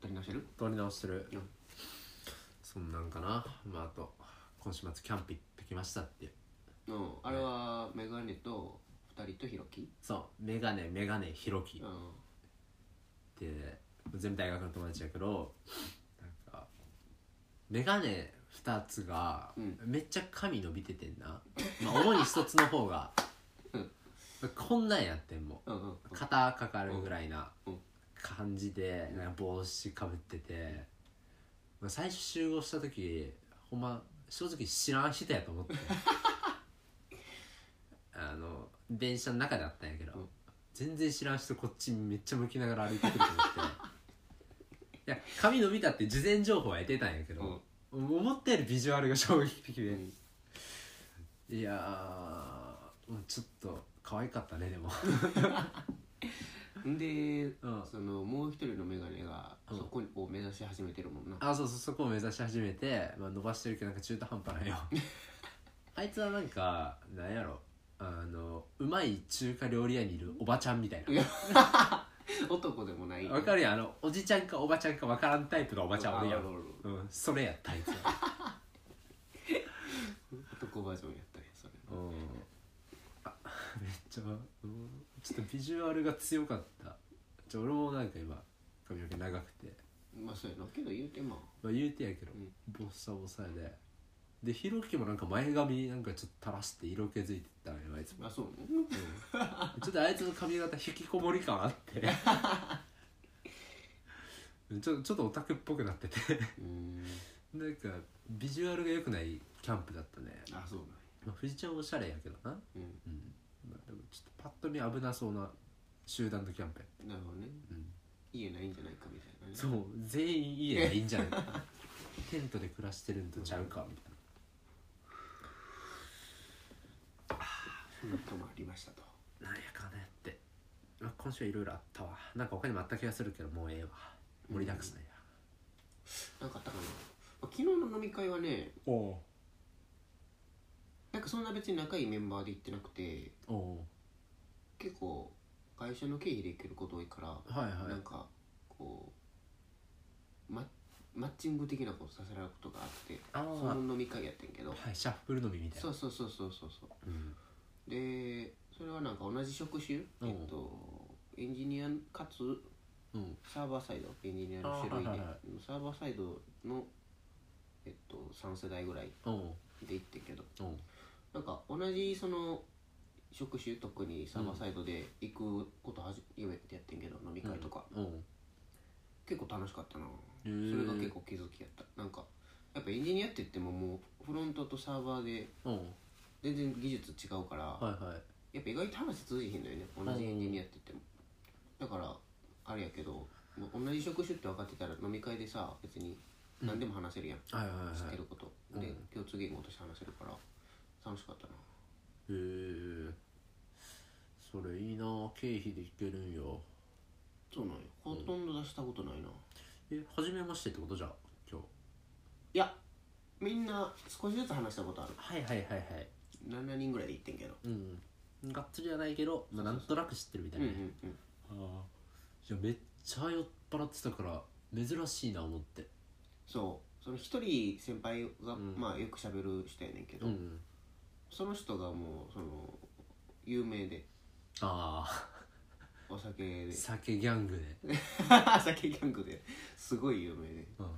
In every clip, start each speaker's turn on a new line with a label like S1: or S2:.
S1: 撮り直してる、そんなんかなまああと今週末キャンプ行ってきましたっていう
S2: うんあれはメガネと二人とヒロキ
S1: そうメガネメガネひろき
S2: うん
S1: で全部大学の友達やけどなんかメガネ2つが
S2: うん
S1: めっちゃ髪伸びててんな、まあ、主に1つの方が
S2: うん
S1: こんなんやってんも
S2: うんうん
S1: ん肩かかるぐらいな
S2: うん
S1: 感じでなんか帽子かぶっててまあ最初集合した時ほんま正直知らん人やと思って あの電車の中であったんやけど、
S2: うん
S1: 全然知らん人こっちめっちゃ向きながら歩いてくると思 っていや髪伸びたって事前情報は得てたんやけど、思ったよりビジュアルが衝撃的で、
S2: うん
S1: いやーもうちょっと可愛かったねでも
S2: うんで
S1: うん
S2: そのもう一人のメガネが
S1: うん
S2: そこを目指し始めてるもんな
S1: あそうそうそこを目指し始めて、まあ、伸ばしてるけどなんか中途半端ない よあいつはなんかなんやろあのうまい中華料理屋にいるおばちゃんみたいな
S2: 男でもない
S1: わかるやんあのおじちゃんかおばちゃんかわからんタイプのおばちゃんおるや
S2: あお
S1: ん
S2: るおる
S1: うんそれやったあいつは
S2: 男バージョンやったねそれ
S1: うんあめっちゃ、うんちょっとビジュアルが強かったちょ俺もなんか今髪の毛長くて、
S2: まあそうやなけど言うてまあ
S1: まあ、言うてやけど
S2: うん
S1: ボッサボサやででひろきもなんか前髪なんかちょっと垂らして色気づいてったのよあいつも
S2: あそう
S1: ちょっとあいつの髪型引きこもり感あってちょちょっとオタクっぽくなってて
S2: うん
S1: なんかビジュアルが良くないキャンプだったね、
S2: あそうなんや
S1: まあ、藤ちゃんおしゃれやけどな、
S2: うん
S1: うんまあ、でもちょっとパッと見危なそうな集団のキャンプやった
S2: なるほどね
S1: うん
S2: 家ないんじゃないかみたいなね
S1: そう全員家がいいんじゃ ないかテントで暮らしてるんとちゃうかみたいな
S2: そんなこともありましたと
S1: なんやかんやって、まあ、今週はいろいろあったわなんか他にもあった気がするけどもうええわ盛りだくさんや、
S2: なんかあったかなまあ昨日の飲み会はね
S1: お
S2: なんかそんな別に仲いいメンバーで行ってなくて
S1: おお
S2: 結構会社の経費で行けること多いから、
S1: うはいはい
S2: なんかこうママッチング的なことさせられることがあって
S1: あー
S2: その飲み会やってんけど
S1: はいシャッフル飲みみたい
S2: そ
S1: な
S2: うそうそうそうそうそう
S1: うん
S2: でそれはなんか同じ職種、
S1: うん
S2: えっと、エンジニアかつ
S1: うん
S2: サーバーサイドエンジニアの種類で、
S1: あーはいはいは
S2: サーバーサイドの、えっと、3世代ぐらい
S1: おう
S2: で行ってんけど
S1: おう
S2: なんか同じその職種特にサーバーサイドで行くこと初めてやってんけど、飲み会とか、
S1: おう
S2: 結構楽しかったな
S1: へ
S2: そ
S1: ー
S2: れが結構気づきやったなんかやっぱエンジニアって言ってももうフロントとサーバーで
S1: おう
S2: 全然技術違うから、
S1: はいはい
S2: やっぱ意外と話通じひんのよね同じエンジニアって言っても、だからあれやけどもう同じ職種って分かってたら飲み会でさ別に何でも話せるやん、
S1: はいはい
S2: 知っ
S1: は
S2: て
S1: い
S2: ること、で共通言語として話せるから楽しかったな
S1: へえそれいいな経費でいけるんよ
S2: そうなんよほとんど出したことないな、
S1: え初めましてってことじゃん今日
S2: いやみんな少しずつ話したことある
S1: はいはいはいはい
S2: 7人ぐらいで行ってんけど
S1: うんがっつりはないけど、まあ、なんとなく知ってるみた
S2: う
S1: い
S2: んう
S1: なんね、
S2: うん
S1: ああいやめっちゃ酔っ払ってたから珍しいな思って
S2: そうその一人先輩が、
S1: うん
S2: まあよくしゃべる人やねんけど、
S1: ん
S2: その人がもうその有名で
S1: ああ
S2: お酒で
S1: 酒ギャングで、
S2: 酒ギャングですごい有名で
S1: うん、
S2: も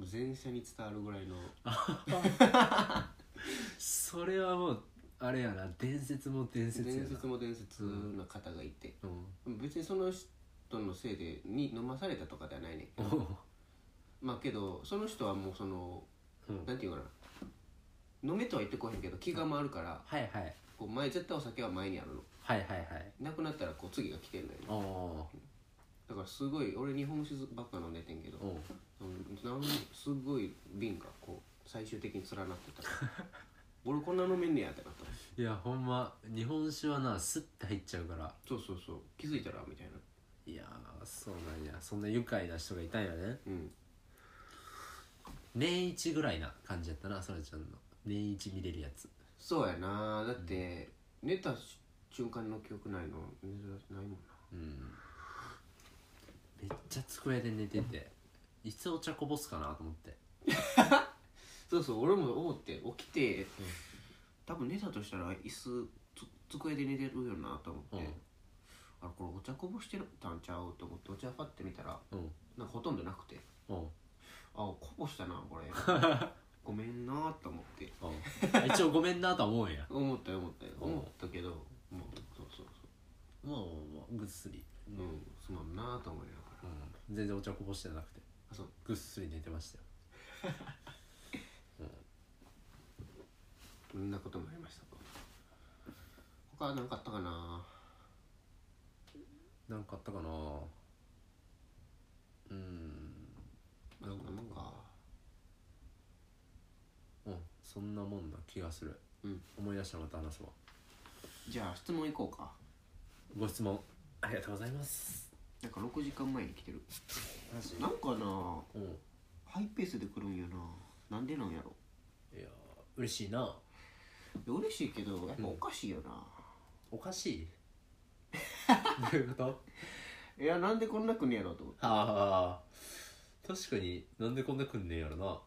S2: う全社に伝わるぐらいの
S1: それはもうあれやな伝説も伝説やな
S2: 伝説も伝説の方がいて、
S1: うん
S2: 別にその人のせいでに飲まされたとかではないねんけどまあけどその人はもうその
S1: うん
S2: なんていうかな飲めとは言ってこへんけど気が回るから
S1: はいはい
S2: こう前絶対お酒は前にあるの
S1: はいはいはい
S2: なくなったらこう次が来てんのよね
S1: おお
S2: だからすごい俺日本酒ばっか飲んでてんけど
S1: ーおー
S2: うんなんすごい瓶がこう最終的に連な ってたから俺こんな飲めんねやってなった
S1: いやほんま日本酒はなスッて入っちゃうから
S2: そうそうそう気づいたらみたいない
S1: やーそうなんやそんな愉快な人がいたんやね
S2: うん
S1: 年一ぐらいな感じやったなそらちゃんの年一見れるやつ
S2: そうやなだって、寝た瞬間の記憶ないの珍しないもんな
S1: うんめっちゃ机で寝てていつお茶こぼすかなと思って
S2: そうそう俺も思って起きて、多分寝たとしたら椅子つ机で寝てるよなと思って、
S1: うん
S2: あれこれお茶こぼしてたんちゃうと思ってお茶パッて見たら
S1: うん
S2: なんかほとんどなくて
S1: うんうん
S2: あこぼしたなこれ ごめんなと思って
S1: 一応ごめんなとは思うんや
S2: 思ったよ思ったよ
S1: うん
S2: 思ったけどもうそうそう
S1: まあまあまあぐっすり、
S2: そううんすまんなと思いながら
S1: うん、全然お茶こぼしてなくて
S2: あそう
S1: ぐっすり寝てましたよ
S2: そんなこともありました他は何かあったかな
S1: なんかあったかなうん
S2: まあそんなもんか
S1: うんそんなもんな気がする、
S2: うん
S1: 思い出したらまた話そう
S2: じゃあ質問いこうか
S1: ご質問ありがとうございます
S2: なんか6時間前に来てる
S1: マジ
S2: なんか
S1: う
S2: な
S1: ん
S2: ハイペースで来るんよななんでなんやろ
S1: いやー嬉しいない
S2: や嬉しいけどやっぱおかしいよな、
S1: おかし いどういうこと
S2: いやなんでこんな来んねやろと思って
S1: ああ確かになんでこんな来んねんやろな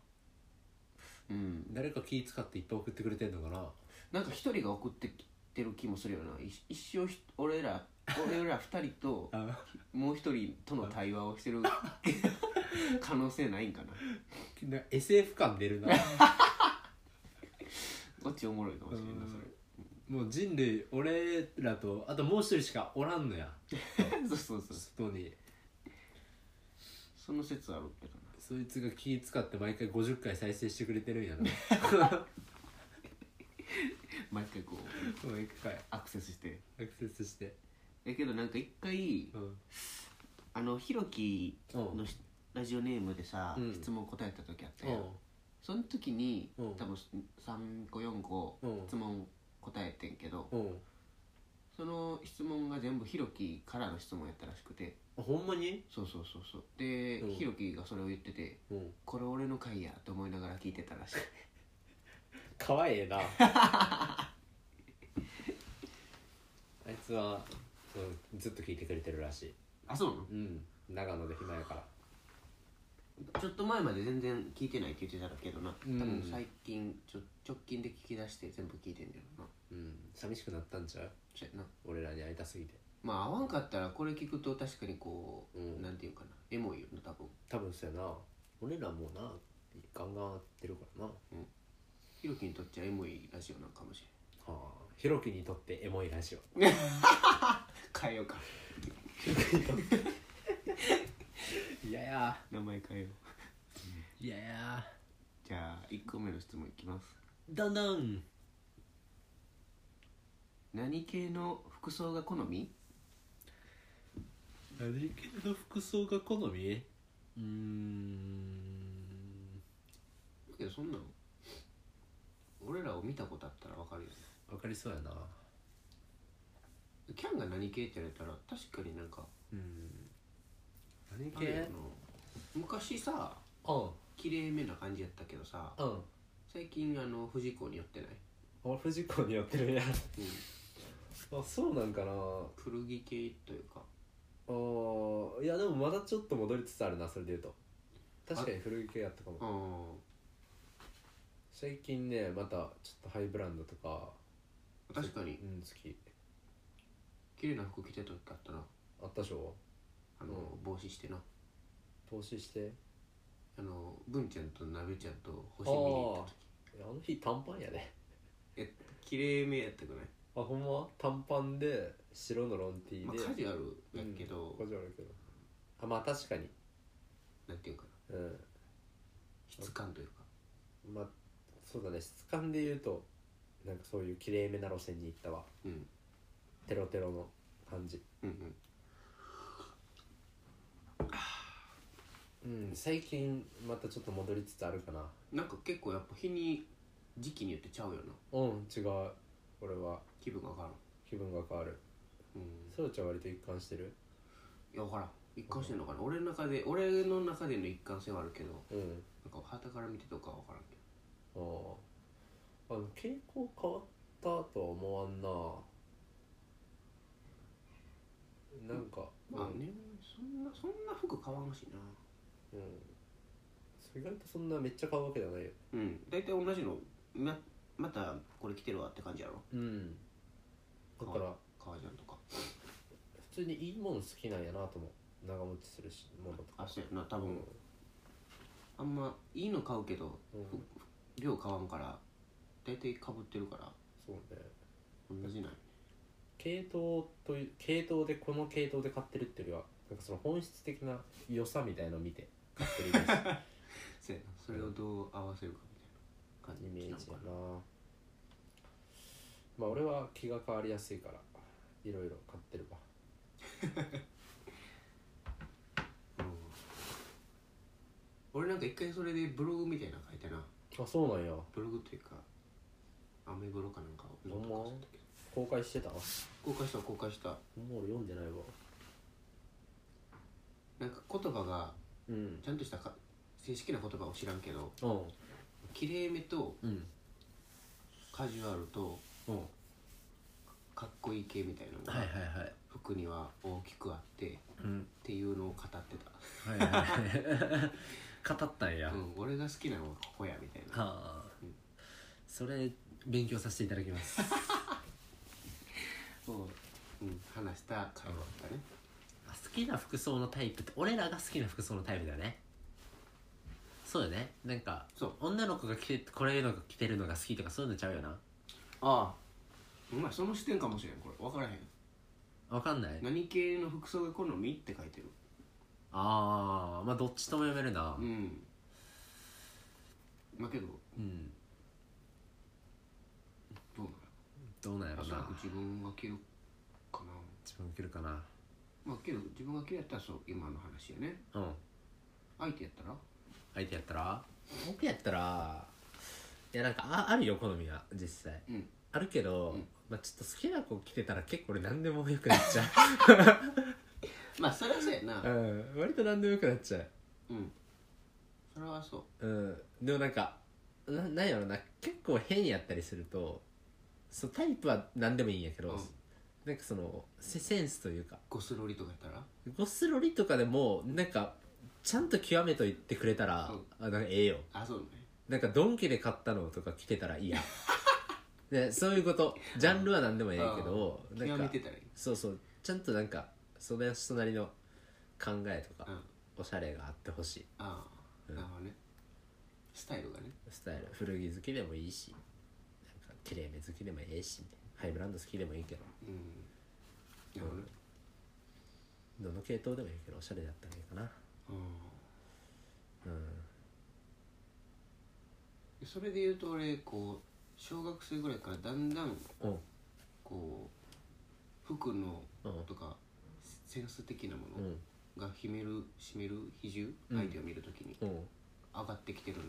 S2: うん
S1: 誰か気使っていっぱい送ってくれてんのかな
S2: なんか一人が送ってきてる気もするよな一一生ひ俺ら俺ら二人と
S1: あ
S2: もう一人との対話を してる可能性ないんかな
S1: な SF 感出るな
S2: こっちおもろいかもしれんなそれ
S1: もう人類俺らとあともう一人しかおらんのや
S2: そうそうそう
S1: 外に
S2: その説あるけどな
S1: そいつが気使って毎回50回再生してくれてるんや な
S2: 毎回こう
S1: 毎回
S2: アクセスして
S1: アクセスして
S2: だけどなんか一回
S1: うん
S2: あのひろき
S1: うん
S2: のしラジオネームでさ、
S1: うん
S2: 質問答えた時あった
S1: う
S2: よ、
S1: ん
S2: その時に、
S1: うん
S2: 多分3個4個
S1: うん
S2: 質問答えてんけど、
S1: うん
S2: その質問が全部ひろきからの質問やったらしくて
S1: あほんまに
S2: そうそうそうそうで、
S1: うん
S2: ひろきがそれを言ってて
S1: うん
S2: これ俺の回やと思いながら聞いて たらしい
S1: かわいいな あいつは、うん、ずっと聞いてくれてるらしい
S2: あそうな
S1: うん長野で暇やから
S2: のちょっと前まで全然聞いてないって言ってたけどな、
S1: うん
S2: 多分最近ちょ直近で聞き出して全部聞いてんだよな
S1: うん寂しくなったんちゃう
S2: そうやな
S1: 俺らに会いたすぎて
S2: まあ合わんかったらこれ聞くと確かにこう、
S1: うん
S2: なんていうかなエモいよな多分
S1: 多分そうやな俺らもうなガンガン会ってるからな
S2: ひろきにとっちゃエモいラジオなんかもしれん
S1: はあひろきにとってエモいラジオ
S2: 変えようか
S1: いやや
S2: 名前変えよう
S1: いやや
S2: じゃあ1個目の質問いきます
S1: だんだん
S2: 何系の服装が好み
S1: 何系の服装が好みうーん
S2: だけどそんなん俺らを見たことあったらわかるよね
S1: わかりそうやな
S2: キャンが何系って言われたら確かになんか
S1: うん何
S2: あれやな
S1: 系
S2: 昔さ
S1: うん
S2: 綺麗めな感じやったけどさ
S1: うん
S2: 最近あの藤子に寄ってない、
S1: あ藤子にやって るやん
S2: うん、
S1: あそうなんかな
S2: 古着系というか
S1: あーいやでもまだちょっと戻りつつあるなそれで言うと確かに古着系やったかも
S2: ああ
S1: 最近ねまたちょっとハイブランドとか
S2: 確かに
S1: うん好き
S2: 綺麗な服着てた時あったな
S1: あったでしょ
S2: あの、
S1: う
S2: 帽子してな
S1: 投資して
S2: あの文ちゃんとなべちゃんと星見に行っ
S1: あ
S2: た時
S1: ああの日短パンやね
S2: え綺麗めやったくない
S1: あほんま短パンで白のロンティー
S2: ま
S1: で、
S2: あカジュアルやけど、
S1: カジュアルやけどあまあ確かに
S2: なんていうかな
S1: うん
S2: 質感というか
S1: まあそうだね質感で言うとなんかそういうきれいめな路線に行ったわ
S2: うん
S1: テロテロの感じ
S2: うんうん
S1: うん最近またちょっと戻りつつあるかな
S2: なんか結構やっぱ日に時期によってちゃうよな
S1: うん違う俺は
S2: 気分が分からん
S1: 気分が変わる
S2: うん
S1: そらちゃん割と一貫してる
S2: いや分からん一貫してんのかな俺の中で俺の中での一貫性はあるけど
S1: うん
S2: なんか旗から見てとかは分からんけ
S1: あああの傾向変わったとは思わんななんか
S2: どまあねそんなそんな服買わんしな
S1: うん意外とそんなめっちゃ買うわけじゃないよ
S2: うん大体同じのままたこれ来てるわって感じやろ
S1: うんだから
S2: 革ジャンとか
S1: 普通にいいもの好きなんやなと思う長持ちするしものとか
S2: あそうやな多
S1: う
S2: 分、
S1: ん
S2: あんまいいの買うけど
S1: うん
S2: 量買わんから大体かぶってるから
S1: そうね
S2: 同じなんよ
S1: 系統という系統でこの系統で買ってるっていうよりはなんかその本質的な良さみたいのを見て買ってるイメージ
S2: そうやなそれをどう合わせるかみたいな感じ
S1: イメージや
S2: なのか
S1: な まあ俺は気が変わりやすいからいろいろ買ってるわ
S2: なうん俺なんか一回それでブログみたいなの書いたな
S1: あそうなんや
S2: ブログというかアメブロかなんかを
S1: ほんま
S2: なんとかしたけど
S1: 公開してたも
S2: 公開した公開した
S1: う俺読んでないわ
S2: なんか言葉が
S1: うん
S2: ちゃんとしたか正式な言葉を知らんけど
S1: うん
S2: きれいめと
S1: うん
S2: カジュアルと
S1: うん
S2: かっこいい系みたいなのが、
S1: はいはいはい
S2: 服には大きくあってっ
S1: うん
S2: ていうのを語ってた、
S1: はいはい はい語ったんや、
S2: う
S1: は
S2: ん、俺が好きなのはここやみたいな
S1: あ
S2: うん
S1: それ勉強させていただきます
S2: を、うん、話した会話だね、
S1: 好きな服装のタイプって俺らが好きな服装のタイプだよねそうだねなんか
S2: そう
S1: 女の子が着てこれのが着てるのが好きとかそういうのちゃうよな
S2: ああお前その視点かもしれんこれ分からへん
S1: わかんない
S2: 何系の服装が好みって書いてる
S1: ああまあどっちとも読めるな
S2: うんまあけど
S1: うん
S2: どう
S1: どうなんや
S2: なの
S1: ろ
S2: おそ
S1: な
S2: らく自分が着るかな
S1: 自分着るかな
S2: まあけど自分が着るやったらそう今の話よね
S1: うん
S2: 相手やったら
S1: 相手やったら僕やったらいやなんかああるよ好みは実際
S2: うん
S1: あるけど、
S2: うん
S1: まあちょっと好きな子着てたら結構俺何でもよくなっちゃ
S2: まあそれはそうやな
S1: う、うん、割と何でもよくなっちゃう
S2: うんそれはそう
S1: うんでもなんかななんやろな結構変やったりするとそうタイプは何でもいいんやけど、
S2: うん
S1: なんかそのセセンスというか
S2: ゴスロリとかやったら
S1: ゴスロリとかでもなんかちゃんと極めと言ってくれたら、あなんかええよ
S2: あそうね
S1: なんかドンキで買ったのとか着てたらいいや でそういうことジャンルは何でもええけど
S2: うん
S1: なん
S2: 極め
S1: か
S2: てたらいい
S1: そうそうちゃんとなんかその人なりの考えとか、
S2: うん
S1: おしゃれがあってほしい
S2: ああなるほどねスタイルがね
S1: スタイル古着好きでもいいしなんかきれいめ好きでもええしハイブランド好きでもいいけど
S2: うんなるほどね
S1: どの系統でもいいけどおしゃれだったらいいかな
S2: うん
S1: うん
S2: それで言うと俺こう小学生ぐらいからだんだん
S1: うん
S2: こう服の
S1: うん
S2: とかセンス的なも
S1: う
S2: の
S1: ん
S2: が秘める締める比重
S1: うん
S2: 相手を見るときに
S1: うん
S2: 上がってきてるな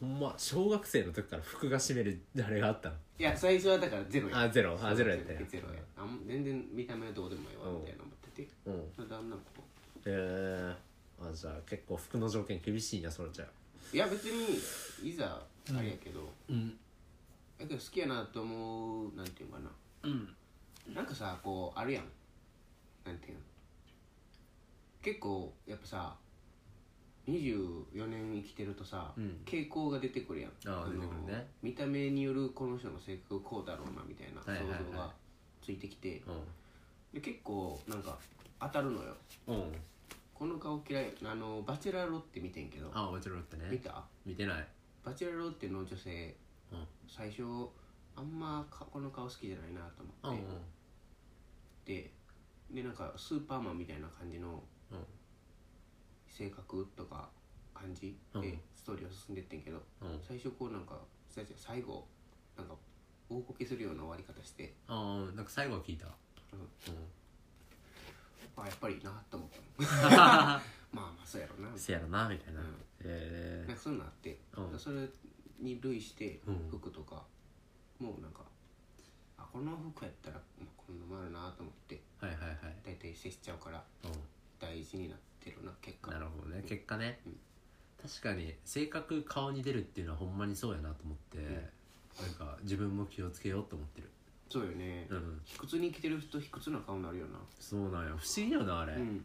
S1: ほんま小学生の時から服が占めるあれがあったの
S2: いや最初はだからゼロや
S1: あゼロあゼロやったんや
S2: ゼロやあん全然見た目はどうでもいいわ
S1: うん
S2: みたいな思ってて
S1: うんへ
S2: だんだんこう
S1: えあじゃあ結構服の条件厳しいなそれじゃ
S2: いや別にいざあれやけど、
S1: うん
S2: だけど好きやなと思うなんていうのかな
S1: うん
S2: なんかさこうあるやんなんていうの結構やっぱさ24年生きてるとさ、
S1: うん
S2: 傾向が出てくるやん
S1: あー
S2: の
S1: 出てくるね
S2: 見た目によるこの人の性格こうだろうなみたいな
S1: はいはいはい
S2: 想像がついてきて、
S1: う
S2: で結構なんか当たるのよ
S1: んうん
S2: この顔嫌いあのバチェラロって見てんけど
S1: あもちろんって
S2: 見
S1: ね
S2: た
S1: 見てない
S2: バチェラロっての女性
S1: うん
S2: 最初あんまかこの顔好きじゃないなと
S1: うん
S2: 思って、ででなんかスーパーマンみたいな感じの
S1: うん
S2: 性格とか感じ
S1: うん
S2: でストーリーは進んでってんけど、
S1: うん
S2: 最初こうなんか最初最後なんか大こけするような終わり方して
S1: ああなんか最後は聞いたう
S2: あやっぱりなと思ったの まあまあそうやろうなみたい
S1: せやろなみたいな
S2: うん
S1: え
S2: ななんかそういうのあって、
S1: うん
S2: それに類して
S1: うん
S2: 服とか、もうなんかあこの服やったら、まあ、こんなもんあるなと思って
S1: ーはいはいはい
S2: 大体接しちゃうから
S1: う
S2: 大事になってるな結果
S1: んなるほどね
S2: うん
S1: 結果ね
S2: うん
S1: 確かに性格顔に出るっていうのはほんまにそうやなと思ってなんか自分も気をつけようと思ってる
S2: そうよね、
S1: うん
S2: 卑屈に生きてる人卑屈な顔になるよな
S1: そうなんや不思議よなあれ
S2: うん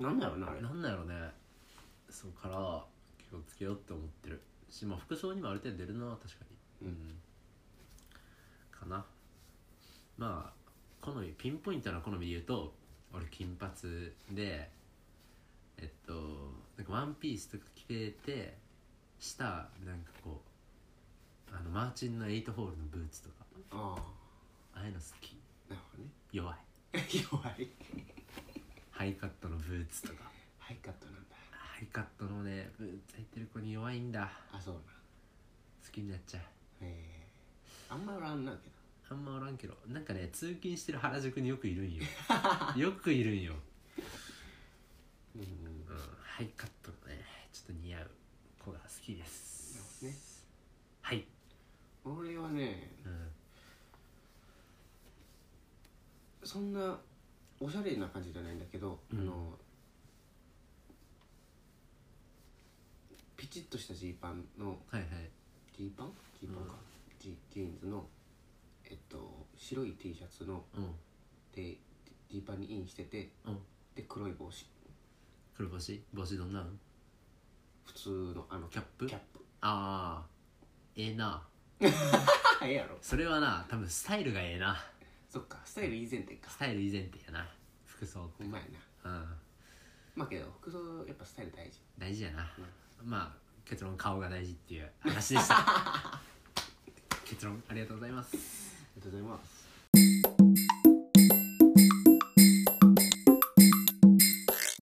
S2: なんだろうなあれ
S1: なんだろうねそうから気をつけようって思ってるし、まあ、服装にもある程度出るな確かに
S2: うん
S1: かなまあ好みピンポイントな好みで言うと俺金髪でえっとなんかワンピースとか着てて下なんかこうあのマーチンのエイトホールのブーツとか
S2: ああ
S1: ああいうの好き
S2: なるほどね
S1: 弱い
S2: 弱い
S1: ハイカットのブーツとか
S2: ハイカットなんだ
S1: ハイカットのねブーツ入ってる子に弱いんだ
S2: あそうな
S1: 好きになっちゃう
S2: えー、あんまりおらんなけど
S1: あんまおらんけどなんかね通勤してる原宿によくいるんよよくいるんよ、
S2: うんうん
S1: うん、ハイカットのねちょっと似合う子が好きです
S2: なる
S1: はい、
S2: 俺はね
S1: うん、
S2: そんなおしゃれな感じじゃないんだけど、
S1: うん
S2: あのピチッとしたジーパンの
S1: はいはい
S2: ジーパンジーパンか、ジジーンズのえっと白い T シャツの
S1: うん
S2: でジーパンにインしてて
S1: うん
S2: で黒い帽子
S1: 黒帽子帽子どんなん
S2: 普通のあの
S1: キャップ
S2: キャップ
S1: ああええな
S2: ああええやろ
S1: それはな多分スタイルがええな
S2: そっかスタイル以前提か
S1: スタイル以前提やな服装って
S2: ほんまやな
S1: うん
S2: まあけど服装やっぱスタイル大事
S1: 大事やな、まあ結論顔が大事っていう話でした結論ありがとうございます
S2: ありがとうございます